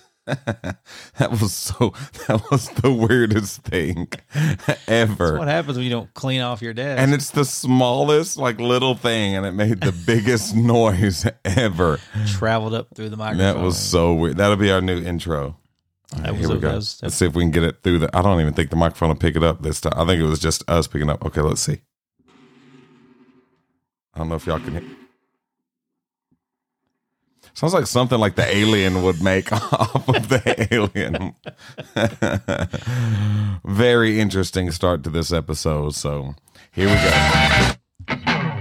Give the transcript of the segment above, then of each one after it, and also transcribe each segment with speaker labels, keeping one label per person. Speaker 1: that was so. That was the weirdest thing
Speaker 2: That's what
Speaker 1: ever.
Speaker 2: happens when you don't clean off your desk.
Speaker 1: And it's the smallest, like little thing, and it made the biggest noise ever.
Speaker 2: traveled up through the microphone.
Speaker 1: That was so weird. That'll be our new intro. All right,
Speaker 2: That was
Speaker 1: here we
Speaker 2: a-
Speaker 1: go.
Speaker 2: that was-
Speaker 1: let's see if we can get it through the. I don't even think the microphone will pick it up this time. I think it was just us picking up. Okay, let's see. I don't know if y'all can hear. Sounds like something like the alien would make off of the alien. Very interesting start to this episode. So here we go.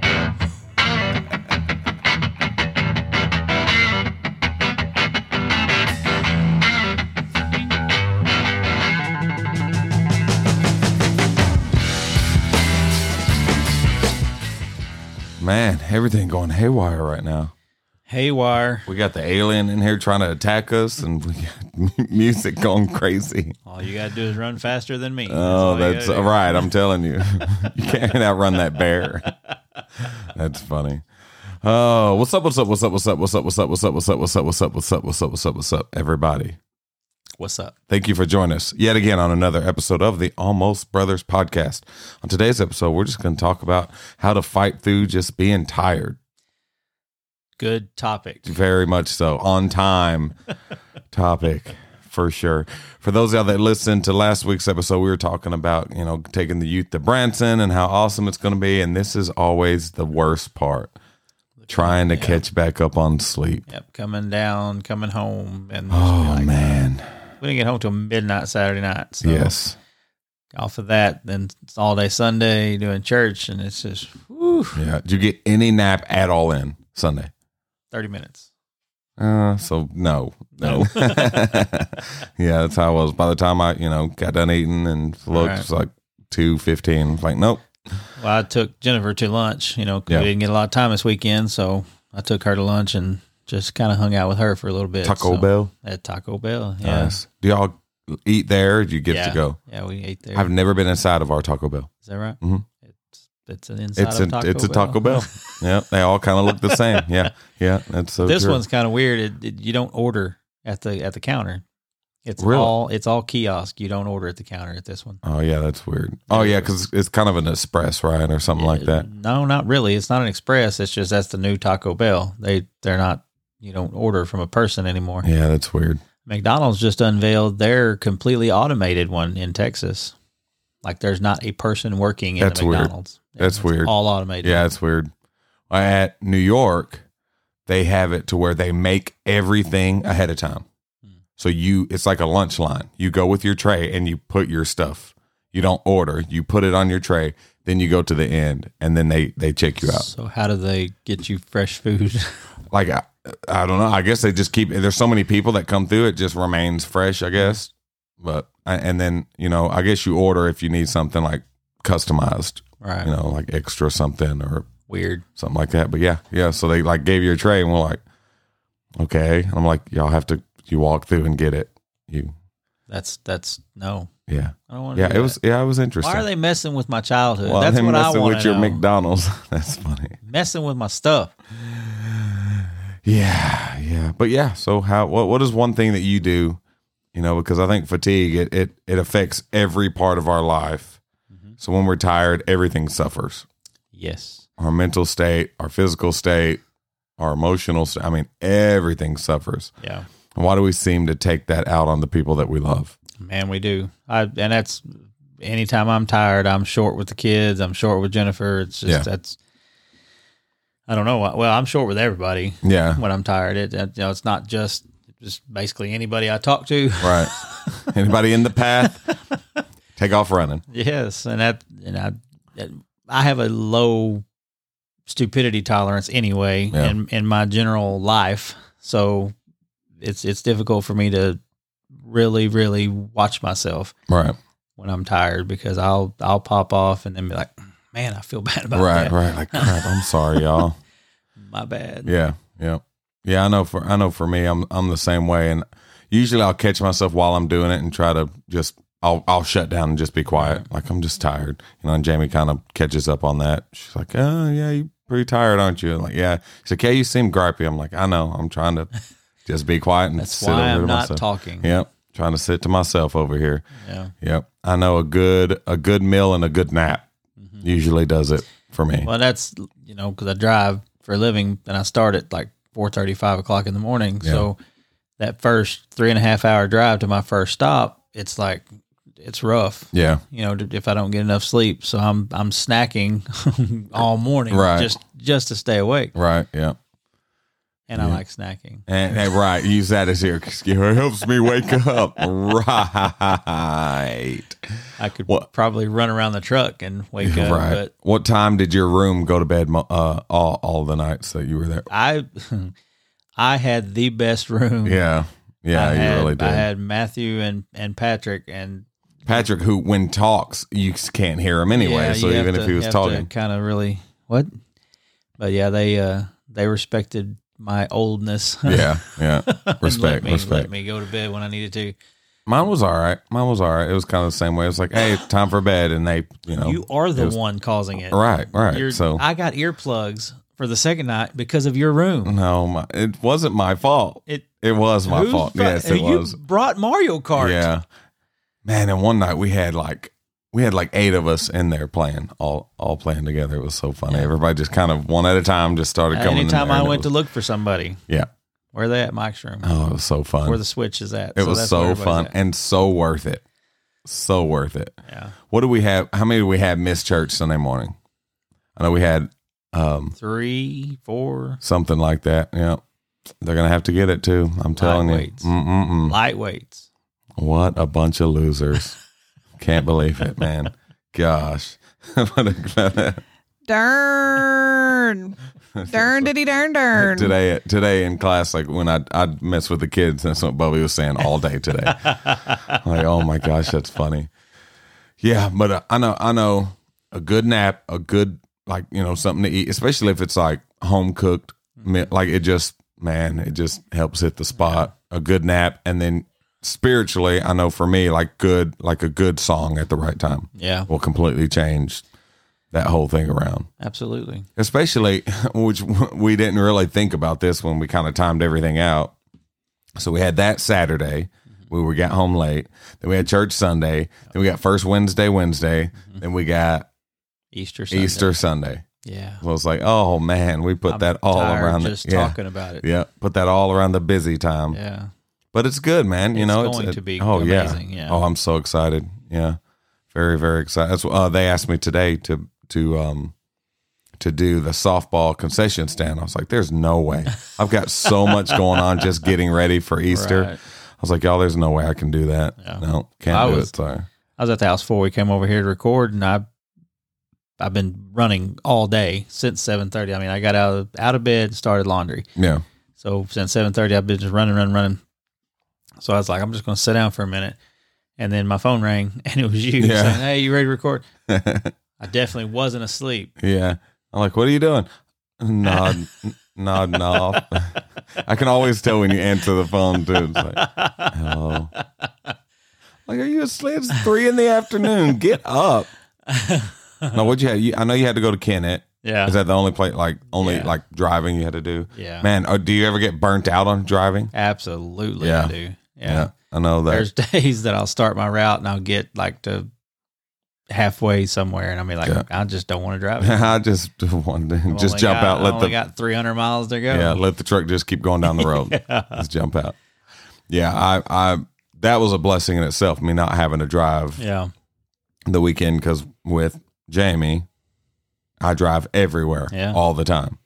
Speaker 1: Man, everything going haywire right now.
Speaker 2: haywire.
Speaker 1: We got the alien in here trying to attack us, and we got music going crazy.
Speaker 2: All you gotta do is run faster than me.
Speaker 1: Oh, that's
Speaker 2: all
Speaker 1: all
Speaker 2: right.
Speaker 1: right. I'm telling you, you can't outrun that bear. That's funny. Oh, what's up? What's up? What's up? What's up? What's up? What's up? What's up? What's up? What's up? What's up? What's up? What's up? What's up? What's up? Everybody,
Speaker 2: What's up?
Speaker 1: thank you for joining us yet again on another episode of the Almost Brothers podcast. On today's episode, we're just going to talk about how to fight through just being tired.
Speaker 2: Good topic.
Speaker 1: Very much so. On time topic for sure. For those out that listened to last week's episode, we were talking about, you know, taking the youth to Branson and how awesome it's going to be. And this is always the worst part trying to catch back up on sleep.
Speaker 2: Yep, coming down, coming home, and
Speaker 1: Oh, man.
Speaker 2: we didn't get home till midnight Saturday night. So
Speaker 1: Yes.
Speaker 2: off of that, then it's all day Sunday doing church, and it's just whew,
Speaker 1: Yeah. Did you get any nap at all in Sunday?
Speaker 2: thirty minutes.
Speaker 1: Uh, so no, no. yeah, that's how I was. By the time I, you know, got done eating and looked,
Speaker 2: right.
Speaker 1: it's like two fifteen. Like, nope.
Speaker 2: Well, I took Jennifer to lunch. You know, 'cause
Speaker 1: Yeah.
Speaker 2: we didn't get a lot of time this weekend, so I took her to lunch and just kind of hung out with her for a little bit.
Speaker 1: Taco
Speaker 2: so-
Speaker 1: Bell.
Speaker 2: At Taco Bell. Yeah.
Speaker 1: Nice. Do y'all eat there? Or do you get
Speaker 2: yeah.
Speaker 1: to go?
Speaker 2: Yeah, we ate there. Is
Speaker 1: I've never been inside of our Taco Bell.
Speaker 2: that right?
Speaker 1: Mhm.
Speaker 2: It's it's an inside
Speaker 1: It's
Speaker 2: of
Speaker 1: a
Speaker 2: Taco
Speaker 1: it's a
Speaker 2: Bell.
Speaker 1: Taco Bell. yeah, they all kind of look the same. Yeah, yeah, that's so.
Speaker 2: this
Speaker 1: true.
Speaker 2: one's kind of weird. It, it- you don't order at the at the counter. It's
Speaker 1: Really?
Speaker 2: all it's all kiosk. You don't order at the counter at this one.
Speaker 1: Oh yeah, that's weird. Oh yeah, because it's kind of an express right or something like that.
Speaker 2: Uh, No, not really. It's not an express. It's just that's the new Taco Bell. They they're not. You don't order from a person anymore.
Speaker 1: Yeah, that's weird.
Speaker 2: McDonald's just unveiled their completely automated one in Texas. Like there's not a person working in
Speaker 1: That's
Speaker 2: the
Speaker 1: weird.
Speaker 2: McDonald's.
Speaker 1: That's
Speaker 2: It's
Speaker 1: weird.
Speaker 2: All automated.
Speaker 1: Yeah, it's weird. At New York, they have it to where they make everything ahead of time. So you, it's like a lunch line. You go with your tray and you put your stuff. You don't order. You put it on your tray. Then you go to the end, and then they they check you out.
Speaker 2: So how do they get you fresh food?
Speaker 1: like I, I don't know. I guess they just keep. There's so many people that come through. It just remains fresh, I guess. But I- and then you know, I guess you order if you need something like customized,
Speaker 2: right.
Speaker 1: you know, like extra something or
Speaker 2: Weird.
Speaker 1: something like that. But yeah, yeah. So they like gave you a tray, and we're like, okay. And I'm like, y'all have to. You walk through and get it. You,
Speaker 2: That's that's no.
Speaker 1: yeah,
Speaker 2: I don't want to.
Speaker 1: yeah. It was, yeah. It was interesting.
Speaker 2: Why are they messing with my childhood?
Speaker 1: Well,
Speaker 2: that's
Speaker 1: they
Speaker 2: what I
Speaker 1: messing
Speaker 2: want
Speaker 1: with
Speaker 2: to
Speaker 1: your
Speaker 2: know.
Speaker 1: McDonald's. That's funny.
Speaker 2: messing with my stuff.
Speaker 1: Yeah, yeah, but yeah. So how what what is one thing that you do? You know, because I think fatigue it it, it affects every part of our life.
Speaker 2: Mm-hmm.
Speaker 1: So when we're tired, everything suffers.
Speaker 2: Yes.
Speaker 1: Our mental state, our physical state, our emotional state. I mean, everything suffers.
Speaker 2: Yeah.
Speaker 1: And why do we seem to take that out on the people that we love?
Speaker 2: Man, we do. I and that's anytime I'm tired, I'm short with the kids. I'm short with Jennifer. It's just
Speaker 1: Yeah.
Speaker 2: that's. I don't know. Well, I'm short with everybody
Speaker 1: Yeah,
Speaker 2: when I'm tired. It, it you know, it's not just just basically anybody I talk to.
Speaker 1: right. Anybody in the path? Take off running.
Speaker 2: Yes, and that and I that- I have a low stupidity tolerance anyway
Speaker 1: Yeah.
Speaker 2: in in my general life. So it's it's difficult for me to really really watch myself
Speaker 1: Right,
Speaker 2: when I'm tired because I'll I'll pop off and then be like, man, I feel bad about
Speaker 1: right,
Speaker 2: that.
Speaker 1: right. Like crap. I'm sorry, y'all.
Speaker 2: My bad.
Speaker 1: Yeah, yeah, yeah. I know for I know for me, I'm I'm the same way, and usually I'll catch myself while I'm doing it and try to just I'll I'll shut down and just be quiet, like I'm just tired, you know. And Jamie kind of catches up on that. She's like, "Oh yeah, you pretty tired, aren't you?" I'm like, yeah. She's like, "Yeah, you seem gripey." I'm like, "I know. I'm trying to Just be quiet and
Speaker 2: That's
Speaker 1: sit
Speaker 2: why
Speaker 1: over to
Speaker 2: I'm not
Speaker 1: myself.
Speaker 2: talking.
Speaker 1: Yep. Trying to sit to myself over here.
Speaker 2: Yeah.
Speaker 1: Yep. I know a good a good meal and a good nap
Speaker 2: Mhm.
Speaker 1: usually does it for me.
Speaker 2: Well, that's you know because I drive for a living, and I start at like four thirty, five o'clock in the morning.
Speaker 1: Yeah.
Speaker 2: So that first three and a half hour drive to my first stop, it's like it's rough.
Speaker 1: Yeah.
Speaker 2: You know, to- if I don't get enough sleep, so I'm I'm snacking all morning,
Speaker 1: Right.
Speaker 2: Just just to stay awake,
Speaker 1: Right. Yeah.
Speaker 2: and I like snacking.
Speaker 1: And, and right, use that as your excuse. It helps me wake up. Right.
Speaker 2: I could
Speaker 1: What-
Speaker 2: probably run around the truck and wake up,
Speaker 1: right.
Speaker 2: but
Speaker 1: what time did your room go to bed mo- uh, all all the nights that you were there?
Speaker 2: I I had the best room.
Speaker 1: Yeah. Yeah,
Speaker 2: I
Speaker 1: you
Speaker 2: had,
Speaker 1: really did.
Speaker 2: I had Matthew and and Patrick and
Speaker 1: Patrick, who when talks, you can't hear him anyway. so even if he was talking,
Speaker 2: kind of really what? But yeah, they uh they respected my oldness.
Speaker 1: yeah, yeah,
Speaker 2: And let
Speaker 1: respect,
Speaker 2: me,
Speaker 1: respect.
Speaker 2: Let me go to bed when I needed to.
Speaker 1: Mine was all right. Mine was all right. It was kind of the same way. It's like, hey, it's time for bed, and they, you know,
Speaker 2: you are the
Speaker 1: was-
Speaker 2: one causing it.
Speaker 1: right, right.
Speaker 2: You're-
Speaker 1: so
Speaker 2: I got earplugs for the second night because of your room.
Speaker 1: no, my, it wasn't my fault.
Speaker 2: It
Speaker 1: It was Mm-hmm. my
Speaker 2: whose
Speaker 1: fault.
Speaker 2: fa-
Speaker 1: yes, it
Speaker 2: you
Speaker 1: was.
Speaker 2: brought Mario Kart.
Speaker 1: Yeah, man. And one night we had like we had like eight of us in there playing all all playing together. It was so funny. Everybody just kind of one at a time just started coming. in
Speaker 2: Anytime
Speaker 1: there,
Speaker 2: I
Speaker 1: and it
Speaker 2: went to
Speaker 1: was-
Speaker 2: look for somebody,
Speaker 1: yeah.
Speaker 2: where they at Mike's room,
Speaker 1: Oh, it was so fun.
Speaker 2: where the switch is at.
Speaker 1: It was
Speaker 2: that's
Speaker 1: so
Speaker 2: where everybody's
Speaker 1: fun
Speaker 2: at.
Speaker 1: and so worth it. So worth it.
Speaker 2: Yeah,
Speaker 1: What do we have? How many do we have miss church Sunday morning? I know we had um,
Speaker 2: three, four
Speaker 1: something like that. Yeah. They're going to have to get it too. I'm telling you.
Speaker 2: Lightweights.
Speaker 1: Mm-mm-mm.
Speaker 2: lightweights.
Speaker 1: What a bunch of losers. Can't believe it, man. Gosh. What a-
Speaker 3: Darn. Darn diddy darn darn.
Speaker 1: today today in class like when i i'd mess with the kids that's what bubby was saying all day today like oh my gosh that's funny yeah but uh, i know i know a good nap a good like you know something to eat especially if it's like home cooked meal like it just man it just helps hit the spot a good nap and then spiritually i know for me like good like a good song at the right time
Speaker 2: Yeah,
Speaker 1: will completely change that whole thing around
Speaker 2: absolutely.
Speaker 1: especially which we didn't really think about this when we kind of timed everything out. So we had that Saturday. We were got home late. Then we had church Sunday. Then we got first Wednesday, Wednesday. Then we got
Speaker 2: Easter, Mm-hmm. Sunday.
Speaker 1: Easter Sunday.
Speaker 2: Yeah,
Speaker 1: So it's like, oh man, we put
Speaker 2: I'm
Speaker 1: that all
Speaker 2: tired
Speaker 1: around
Speaker 2: Just
Speaker 1: the yeah,
Speaker 2: talking about it.
Speaker 1: yeah, put that all around the busy time.
Speaker 2: Yeah,
Speaker 1: But it's good, man. You
Speaker 2: It's
Speaker 1: know,
Speaker 2: going
Speaker 1: it's
Speaker 2: to be
Speaker 1: oh
Speaker 2: amazing,
Speaker 1: yeah.
Speaker 2: yeah.
Speaker 1: Oh, I'm so excited. Yeah, very very excited. That's, uh, they asked me today to to um to do the softball concession stand. I was like, there's no way. I've got so much going on just getting ready for Easter.
Speaker 2: Right.
Speaker 1: I was like, y'all, there's no way I can do that.
Speaker 2: Yeah.
Speaker 1: No, can't
Speaker 2: I
Speaker 1: do
Speaker 2: was-
Speaker 1: it. Sorry.
Speaker 2: I was at the house before we came over here to record, and I, I've been running all day since seven thirty. I mean, I got out of, out of bed, and started laundry.
Speaker 1: Yeah.
Speaker 2: So since seven thirty, I've been just running, running, running. So I was like, I'm just going to sit down for a minute, and then my phone rang, and it was you
Speaker 1: Yeah.
Speaker 2: saying, "Hey, you ready to record?" I definitely wasn't asleep.
Speaker 1: Yeah. I'm like, what are you doing? Nod, nodding off. I can always tell when you answer the phone, too. It's like, hello. Like, are you asleep? It's three in the afternoon. Get up. No, what you had? You, I know you had to go to Kennett.
Speaker 2: Yeah,
Speaker 1: Is that the only place, like, only
Speaker 2: Yeah.
Speaker 1: like driving you had to do?
Speaker 2: yeah,
Speaker 1: Man, or do you ever get burnt out on driving?
Speaker 2: absolutely.
Speaker 1: Yeah.
Speaker 2: I do. Yeah.
Speaker 1: I know that.
Speaker 2: There's days that I'll start my route and I'll get like to halfway somewhere, and I'll be like,
Speaker 1: Yeah.
Speaker 2: I just don't want to drive. it.
Speaker 1: I just wanted to
Speaker 2: I've
Speaker 1: just
Speaker 2: only
Speaker 1: jump
Speaker 2: got-
Speaker 1: out.
Speaker 2: I
Speaker 1: Let
Speaker 2: only
Speaker 1: the
Speaker 2: got 300 miles to go.
Speaker 1: yeah, let the truck just keep going down the road.
Speaker 2: Yeah.
Speaker 1: Let's jump out. Yeah, I, I that was a blessing in itself. Me not having to drive
Speaker 2: yeah,
Speaker 1: the weekend because with Jamie, I drive everywhere
Speaker 2: Yeah.
Speaker 1: all the time.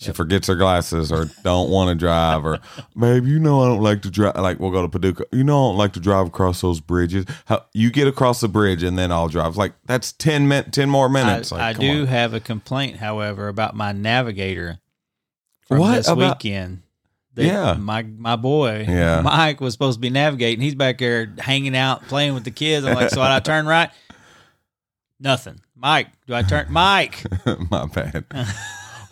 Speaker 1: She
Speaker 2: Yep.
Speaker 1: forgets her glasses or don't want to drive or, babe, you know I don't like to drive. Like we'll go to Paducah. You know I don't like to drive across those bridges. How, you get across the bridge and then I'll drive. Like that's ten min, ten more
Speaker 2: I,
Speaker 1: minutes. Like,
Speaker 2: I
Speaker 1: come
Speaker 2: do
Speaker 1: on.
Speaker 2: have a complaint, however, about my navigator from
Speaker 1: What
Speaker 2: this
Speaker 1: about-
Speaker 2: weekend.
Speaker 1: Yeah.
Speaker 2: my my boy,
Speaker 1: Yeah.
Speaker 2: Mike was supposed to be navigating. He's back there hanging out, playing with the kids. I'm like, so I turn right? Nothing, Mike. Do I turn Mike?
Speaker 1: my bad.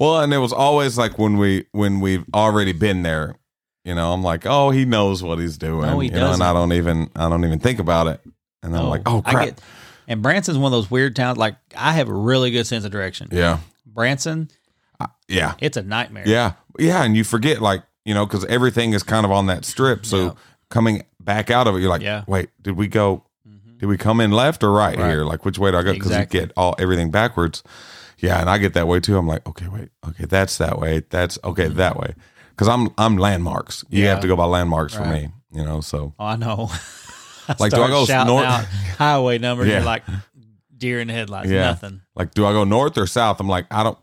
Speaker 1: well, and it was always like when we when we've already been there, you know, I'm like, oh, he knows what he's doing,
Speaker 2: No, he
Speaker 1: you know, and I don't even I don't even think about it, and I'm like, oh crap,
Speaker 2: I get, and Branson's one of those weird towns. Like I have a really good sense of direction.
Speaker 1: yeah,
Speaker 2: Branson,
Speaker 1: yeah,
Speaker 2: it's a nightmare.
Speaker 1: yeah, yeah, and you forget like you know, because everything is kind of on that strip. So
Speaker 2: Yeah.
Speaker 1: coming back out of it, you're like,
Speaker 2: Yeah.
Speaker 1: wait, did we go?
Speaker 2: Mhm.
Speaker 1: Did we come in left or right,
Speaker 2: Right.
Speaker 1: here? Like which way do I go? Because
Speaker 2: Exactly.
Speaker 1: you get all everything backwards. Yeah, and I get that way too. I'm like, okay, wait, okay, that's that way. That's okay, that way. Because I'm I'm landmarks. You
Speaker 2: Mm-hmm. Yeah.
Speaker 1: have to go by landmarks for
Speaker 2: Right.
Speaker 1: me. You know, so
Speaker 2: Oh, I know. I
Speaker 1: Like, do I
Speaker 2: start
Speaker 1: go
Speaker 2: shouting
Speaker 1: north-
Speaker 2: out highway number?
Speaker 1: Yeah.
Speaker 2: You're like deer in the headlights.
Speaker 1: Yeah.
Speaker 2: Nothing.
Speaker 1: like, do I go north or south? I'm like, I don't.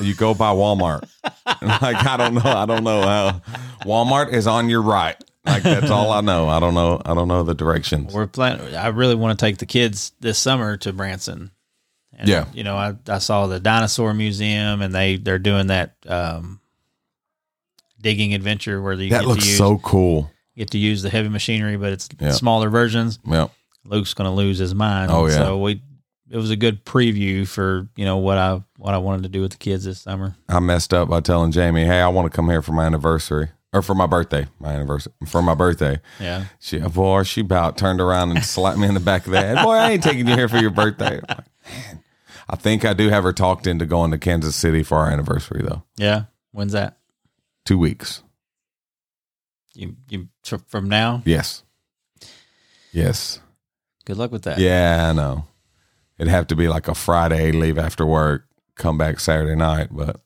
Speaker 1: You go by Walmart. like I don't know. I don't know how. Walmart is on your right. Like that's all I know. I don't know. I don't know the directions.
Speaker 2: We're planning. I really want to take the kids this summer to Branson. And,
Speaker 1: Yeah.
Speaker 2: you know, I, I saw the dinosaur museum, and they they're doing that um, digging adventure where you
Speaker 1: That
Speaker 2: get
Speaker 1: looks
Speaker 2: to use,
Speaker 1: so cool.
Speaker 2: get to use the heavy machinery, but it's
Speaker 1: Yeah.
Speaker 2: smaller versions.
Speaker 1: Yeah.
Speaker 2: Luke's going to lose his mind.
Speaker 1: Oh, yeah.
Speaker 2: So we it was a good preview for you know what I what I wanted to do with the kids this summer.
Speaker 1: I messed up by telling Jamie, "Hey, I want to come here for my anniversary or for my birthday, my anniversary for my birthday."
Speaker 2: Yeah.
Speaker 1: She, boy, she about turned around and slapped me in the back of the head. Boy, I ain't taking you here for your birthday. I'm like, "Man." I think I do have her talked into going to Kansas City for our anniversary though.
Speaker 2: Yeah. When's that?
Speaker 1: Two weeks.
Speaker 2: You you tr- from now?
Speaker 1: Yes. Yes.
Speaker 2: Good luck with that.
Speaker 1: Yeah, I know. It'd have to be like a Friday, leave after work, come back Saturday night, but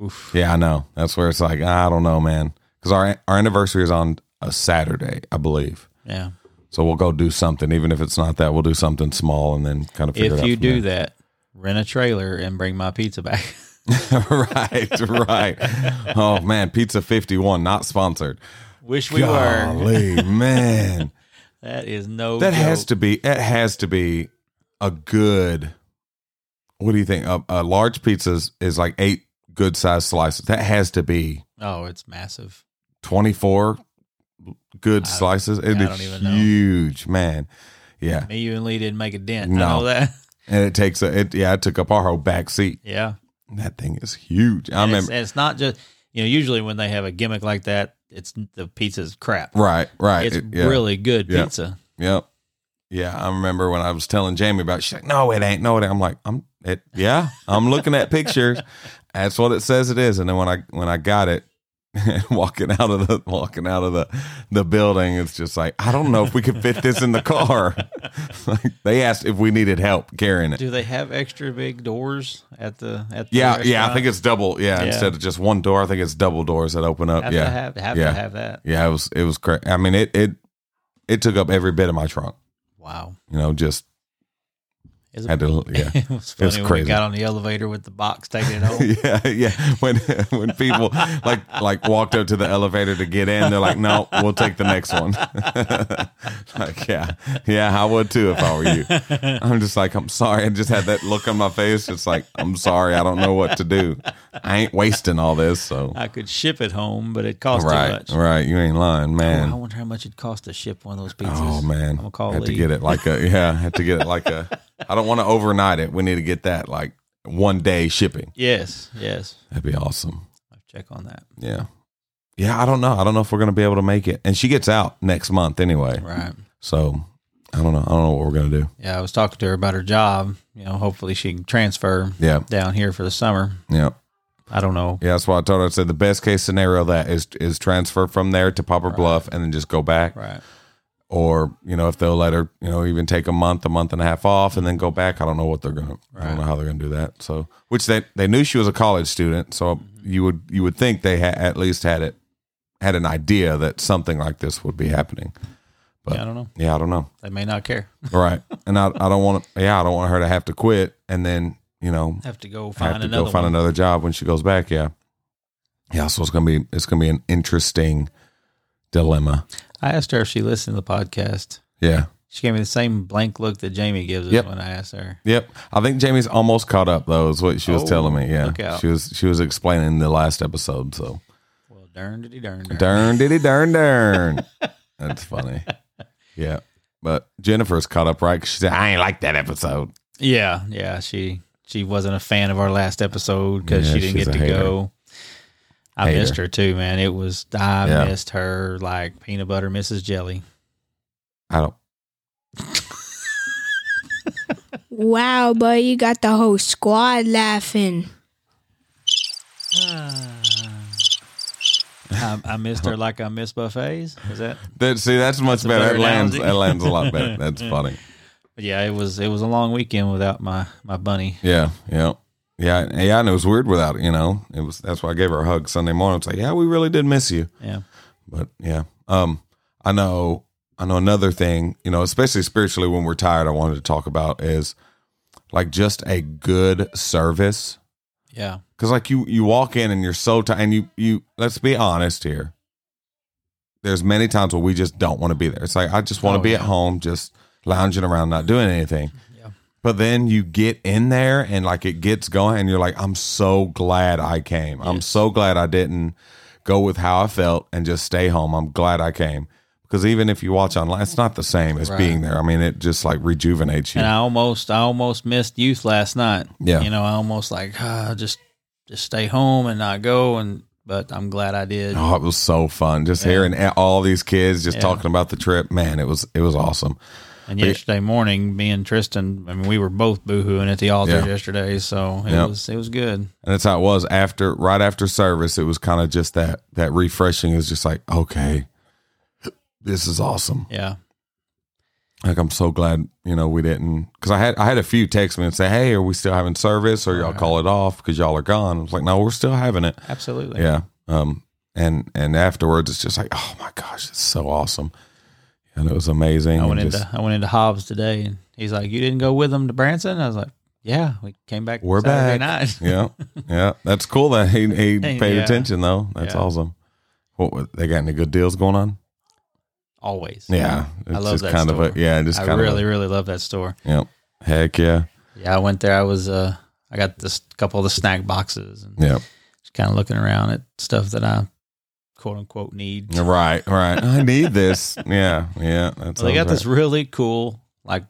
Speaker 2: Oof.
Speaker 1: Yeah, I know. That's where it's like I don't know, man. Because our our anniversary is on a Saturday, I believe.
Speaker 2: Yeah.
Speaker 1: So we'll go do something, even if it's not that. We'll do something small and then kind of figure it
Speaker 2: If
Speaker 1: out
Speaker 2: you
Speaker 1: from
Speaker 2: do
Speaker 1: there.
Speaker 2: that, rent a trailer and bring my pizza back.
Speaker 1: right, right. Oh man, Pizza Fifty One not sponsored.
Speaker 2: Wish we were.
Speaker 1: Golly, man,
Speaker 2: That is no.
Speaker 1: that has
Speaker 2: joke.
Speaker 1: to be. It has to be a good. What do you think? A, a large pizza is, is like eight good sized slices. That has to be
Speaker 2: Oh, it's massive.
Speaker 1: twenty four good
Speaker 2: I-
Speaker 1: slices. It'd
Speaker 2: I
Speaker 1: be
Speaker 2: don't even know.
Speaker 1: huge, man. Yeah,
Speaker 2: Me, you, and Lee didn't make a dent.
Speaker 1: No.
Speaker 2: I know that.
Speaker 1: and it takes a it. Yeah, it took up our whole back seat.
Speaker 2: Yeah.
Speaker 1: That thing is huge. I
Speaker 2: And it's,
Speaker 1: remember.
Speaker 2: and it's not just you know. Usually when they have a gimmick like that, it's the pizza's crap.
Speaker 1: Right, right.
Speaker 2: It's
Speaker 1: It- yeah,
Speaker 2: really good
Speaker 1: Yeah.
Speaker 2: pizza.
Speaker 1: Yep. Yeah, I remember when I was telling Jamie about. It, she's like, "No, it ain't. No, it ain't." I'm like, "I'm it. Yeah, I'm looking at pictures. That's what it says it is." And then when I when I got it, walking out of the walking out of the the building, it's just like I don't know if we could fit this in the car. like they asked if we needed help carrying it.
Speaker 2: Do they have extra big doors at the at? The
Speaker 1: Yeah, yeah, I
Speaker 2: restaurant?
Speaker 1: think it's double. Yeah,
Speaker 2: Yeah.
Speaker 1: instead of just one door, I think it's double doors that open up.
Speaker 2: have
Speaker 1: yeah,
Speaker 2: to have, have
Speaker 1: Yeah.
Speaker 2: to have that.
Speaker 1: yeah, it was it was crazy. I mean, it it it took up every bit of my trunk.
Speaker 2: Wow.
Speaker 1: You know, just
Speaker 2: Is
Speaker 1: had to. Yeah,
Speaker 2: it was funny when
Speaker 1: crazy.
Speaker 2: we got on the elevator with the box taking it home.
Speaker 1: yeah, yeah. When when people like like walked up to the elevator to get in, they're like, "No, we'll take the next one." like, yeah, yeah, I would too if I were you. I'm just like, I'm sorry. I just had that look on my face. It's like, I'm sorry. I don't know what to do. I ain't wasting all this. So.
Speaker 2: I could ship it home, but it cost
Speaker 1: Right,
Speaker 2: too much.
Speaker 1: right. You ain't lying, man.
Speaker 2: Oh, I wonder how much it'd cost to ship one of those pizzas.
Speaker 1: Oh man,
Speaker 2: I'm gonna call
Speaker 1: have to
Speaker 2: Lee.
Speaker 1: get it like a yeah. Have to get it like a. I don't want to overnight it. We need to get that like one day shipping.
Speaker 2: Yes, yes.
Speaker 1: That'd be awesome.
Speaker 2: I'll check on that.
Speaker 1: Yeah, yeah. I don't know. I don't know if we're gonna be able to make it. And she gets out next month anyway,
Speaker 2: Right.
Speaker 1: so I don't know. I don't know what we're gonna do.
Speaker 2: Yeah, I was talking to her about her job. You know, hopefully she can transfer
Speaker 1: Yeah,
Speaker 2: down here for the summer.
Speaker 1: yeah,
Speaker 2: I don't know.
Speaker 1: yeah. That's why I told her. I said the best case scenario of that is is transfer from there to Popper Bluff and then just go back.
Speaker 2: Right.
Speaker 1: Or you know if they'll let her, you know, even take a month, a month and a half off, and then go back. I don't know what they're gonna. I don't
Speaker 2: Right.
Speaker 1: know how they're gonna do that. So, which they they knew she was a college student, so
Speaker 2: Mm-hmm.
Speaker 1: you would you would think they ha- at least had it had an idea that something like this would be happening. But-
Speaker 2: yeah, I don't know.
Speaker 1: Yeah, I don't know.
Speaker 2: They may not care.
Speaker 1: Right, and I I don't want to. Yeah, I don't want her to have to quit and then you know
Speaker 2: Have to go find
Speaker 1: have to
Speaker 2: another
Speaker 1: go find
Speaker 2: one.
Speaker 1: another job when she goes back. Yeah, yeah. So it's gonna be it's gonna be an interesting dilemma.
Speaker 2: I asked her if she listened to the podcast.
Speaker 1: Yeah.
Speaker 2: She gave me the same blank look that Jamie gives us
Speaker 1: Yep.
Speaker 2: when I asked her.
Speaker 1: Yep, I think Jamie's almost caught up though. Is what she was
Speaker 2: Oh,
Speaker 1: telling me. Yeah,
Speaker 2: look out.
Speaker 1: she was she was explaining the last episode. So
Speaker 2: Well, darn diddy darn darn.
Speaker 1: darn diddy darn darn. That's funny. Yeah, but Jennifer's caught up right. 'Cause She said I ain't like that episode.
Speaker 2: Yeah, yeah. She she wasn't a fan of our last episode because
Speaker 1: Yeah,
Speaker 2: she didn't
Speaker 1: she's
Speaker 2: get
Speaker 1: a
Speaker 2: to
Speaker 1: hater.
Speaker 2: go. I
Speaker 1: Hater.
Speaker 2: missed her too, man. It was I
Speaker 1: Yeah.
Speaker 2: missed her like peanut butter misses jelly.
Speaker 1: I don't.
Speaker 4: Wow, boy, you got the whole squad laughing.
Speaker 2: I, I missed her like I miss buffets. Is that?
Speaker 1: That see, that's much
Speaker 2: a
Speaker 1: better.
Speaker 2: better
Speaker 1: It lands, it
Speaker 2: analogy.
Speaker 1: lands a lot better. That's funny.
Speaker 2: But yeah, it was it was a long weekend without my my bunny.
Speaker 1: Yeah, yeah, yeah, yeah. And it was weird without you know. It was that's why I gave her a hug Sunday morning. It's like, yeah, we really did miss you.
Speaker 2: Yeah,
Speaker 1: But yeah, um, I know, I know. Another thing, you know, especially spiritually when we're tired, I wanted to talk about is like just a good service.
Speaker 2: yeah,
Speaker 1: Cause like you, you walk in and you're so tired, and you, you. Let's be honest here. There's many times where we just don't want to be there. It's like I just want
Speaker 2: Oh,
Speaker 1: to be at
Speaker 2: yeah.
Speaker 1: home, just lounging around, not doing anything.
Speaker 2: Yeah.
Speaker 1: But then you get in there and like it gets going, and you're like, I'm so glad I came. I'm
Speaker 2: Yes.
Speaker 1: so glad I didn't go with how I felt and just stay home. I'm glad I came because even if you watch online, it's not the same as
Speaker 2: Right.
Speaker 1: being there. I mean, it just like rejuvenates you.
Speaker 2: And I almost I almost missed youth last night.
Speaker 1: Yeah.
Speaker 2: you know, I almost like ah, just just stay home and not go. And but I'm glad I did.
Speaker 1: Oh, it was so fun just
Speaker 2: Yeah.
Speaker 1: hearing all these kids just
Speaker 2: Yeah.
Speaker 1: talking about the trip. Man, it was it was awesome.
Speaker 2: And yesterday morning, me and Tristan, I mean, we were both boohooing at the altar
Speaker 1: Yeah.
Speaker 2: yesterday, so it
Speaker 1: Yeah.
Speaker 2: was it was good.
Speaker 1: And that's how it was after right after service. It was kind of just that that refreshing is just like okay, this is awesome.
Speaker 2: Yeah,
Speaker 1: Like I'm so glad you know we didn't because I had I had a few text me and say hey are we still having service or y'all call it off because y'all are gone. I was like no we're still having it.
Speaker 2: absolutely.
Speaker 1: Yeah. Um. And and afterwards it's just like oh my gosh it's so awesome. And it was amazing.
Speaker 2: I
Speaker 1: and
Speaker 2: went
Speaker 1: just-
Speaker 2: into I went into Hobbs today, and he's like, "You didn't go with them to Branson?" I was like, "Yeah, we came back.
Speaker 1: We're
Speaker 2: Saturday
Speaker 1: back.
Speaker 2: night.
Speaker 1: yeah, yeah. That's cool that he, he paid
Speaker 2: Yeah.
Speaker 1: attention though. That's
Speaker 2: Yeah.
Speaker 1: awesome. What they got any good deals going on?
Speaker 2: Always.
Speaker 1: Yeah,
Speaker 2: I love that
Speaker 1: kind of a
Speaker 2: store.
Speaker 1: yeah, just
Speaker 2: I
Speaker 1: kind
Speaker 2: really
Speaker 1: of
Speaker 2: really love that store.
Speaker 1: a, yeah. Heck yeah,
Speaker 2: Yeah, I went there. I was uh, I got this couple of the snack boxes and
Speaker 1: yeah.
Speaker 2: just kind of looking around at stuff that I quote unquote need.
Speaker 1: Right, right. I need this. Yeah, yeah. That's
Speaker 2: So they got this really cool like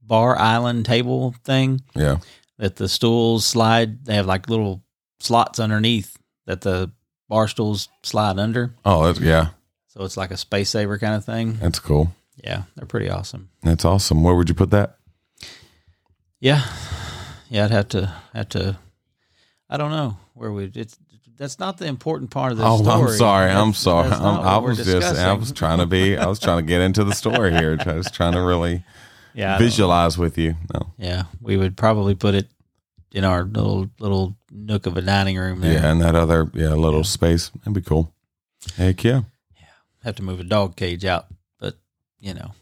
Speaker 2: bar island table thing
Speaker 1: Yeah,
Speaker 2: that the stools slide. They have like little slots underneath that the bar stools slide under.
Speaker 1: oh, that's, yeah.
Speaker 2: So it's like a space saver kind of thing.
Speaker 1: That's cool.
Speaker 2: Yeah, they're pretty awesome.
Speaker 1: That's awesome. Where would you put that?
Speaker 2: Yeah, yeah. I'd have to have to. I don't know where we. It's that's not the important part of the
Speaker 1: oh,
Speaker 2: story.
Speaker 1: I'm sorry. I'm
Speaker 2: That's-
Speaker 1: sorry.
Speaker 2: that's
Speaker 1: I'm,
Speaker 2: not
Speaker 1: I
Speaker 2: what we're
Speaker 1: was just I
Speaker 2: discussing.
Speaker 1: was trying to be. I was trying to get into the story here. I was trying to really
Speaker 2: yeah I don't-
Speaker 1: visualize with you. No.
Speaker 2: Yeah, we would probably put it in our little little nook of a dining room. There.
Speaker 1: Yeah, and that other yeah little space. That'd be cool. Heck yeah.
Speaker 2: have to move a dog cage out, but you know,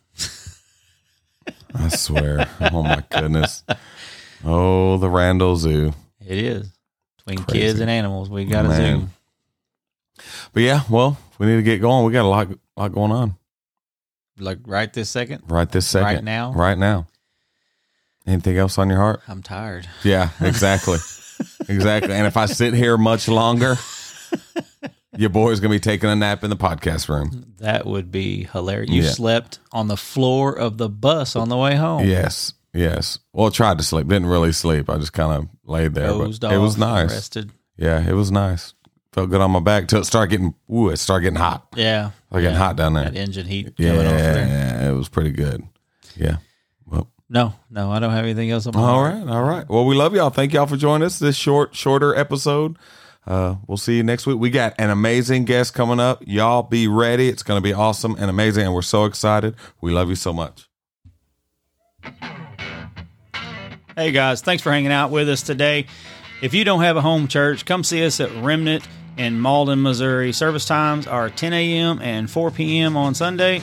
Speaker 1: I swear. oh my goodness. Oh, the Randall Zoo.
Speaker 2: it is between
Speaker 1: Crazy.
Speaker 2: kids and animals. We got to
Speaker 1: Man.
Speaker 2: zoom.
Speaker 1: But yeah, well, we need to get going. We got a lot, lot going on
Speaker 2: Like right this second,
Speaker 1: right this second,
Speaker 2: right now.
Speaker 1: right now. Anything else on your heart?
Speaker 2: I'm tired.
Speaker 1: Yeah, exactly, exactly. And if I sit here much longer, your boy's gonna be taking a nap in the podcast room.
Speaker 2: That would be hilarious. You
Speaker 1: Yeah.
Speaker 2: slept on the floor of the bus on the way home.
Speaker 1: Yes, yes. Well, tried to sleep, didn't really sleep. I just kind of laid there. But
Speaker 2: Dozed
Speaker 1: it was
Speaker 2: off,
Speaker 1: nice.
Speaker 2: Rested.
Speaker 1: Yeah, it was nice. Felt good on my back till it started getting. Ooh, it started getting hot.
Speaker 2: Yeah.
Speaker 1: Started getting
Speaker 2: yeah.
Speaker 1: hot down there.
Speaker 2: That engine heat
Speaker 1: Yeah,
Speaker 2: coming off there.
Speaker 1: yeah, it was pretty good. Yeah. Well,
Speaker 2: No, no, I don't have anything else. on my
Speaker 1: all
Speaker 2: heart.
Speaker 1: right, all right. Well, we love y'all. Thank y'all for joining us this short, shorter episode. Uh, we'll see you next week. We got an amazing guest coming up. Y'all be ready. It's going to be awesome and amazing, and we're so excited. We love you so much.
Speaker 2: Hey guys, thanks for hanging out with us today. If you don't have a home church, come see us at Remnant in Malden, Missouri. Service times are 10 a.m. and 4 p.m. on Sunday.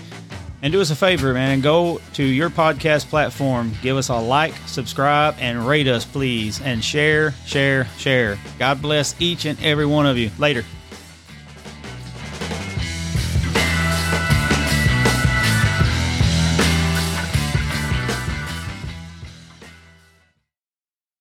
Speaker 2: And do us a favor, man, and go to your podcast platform. Give us a like, subscribe, and rate us, please. And share, share, share. God bless each and every one of you. Later.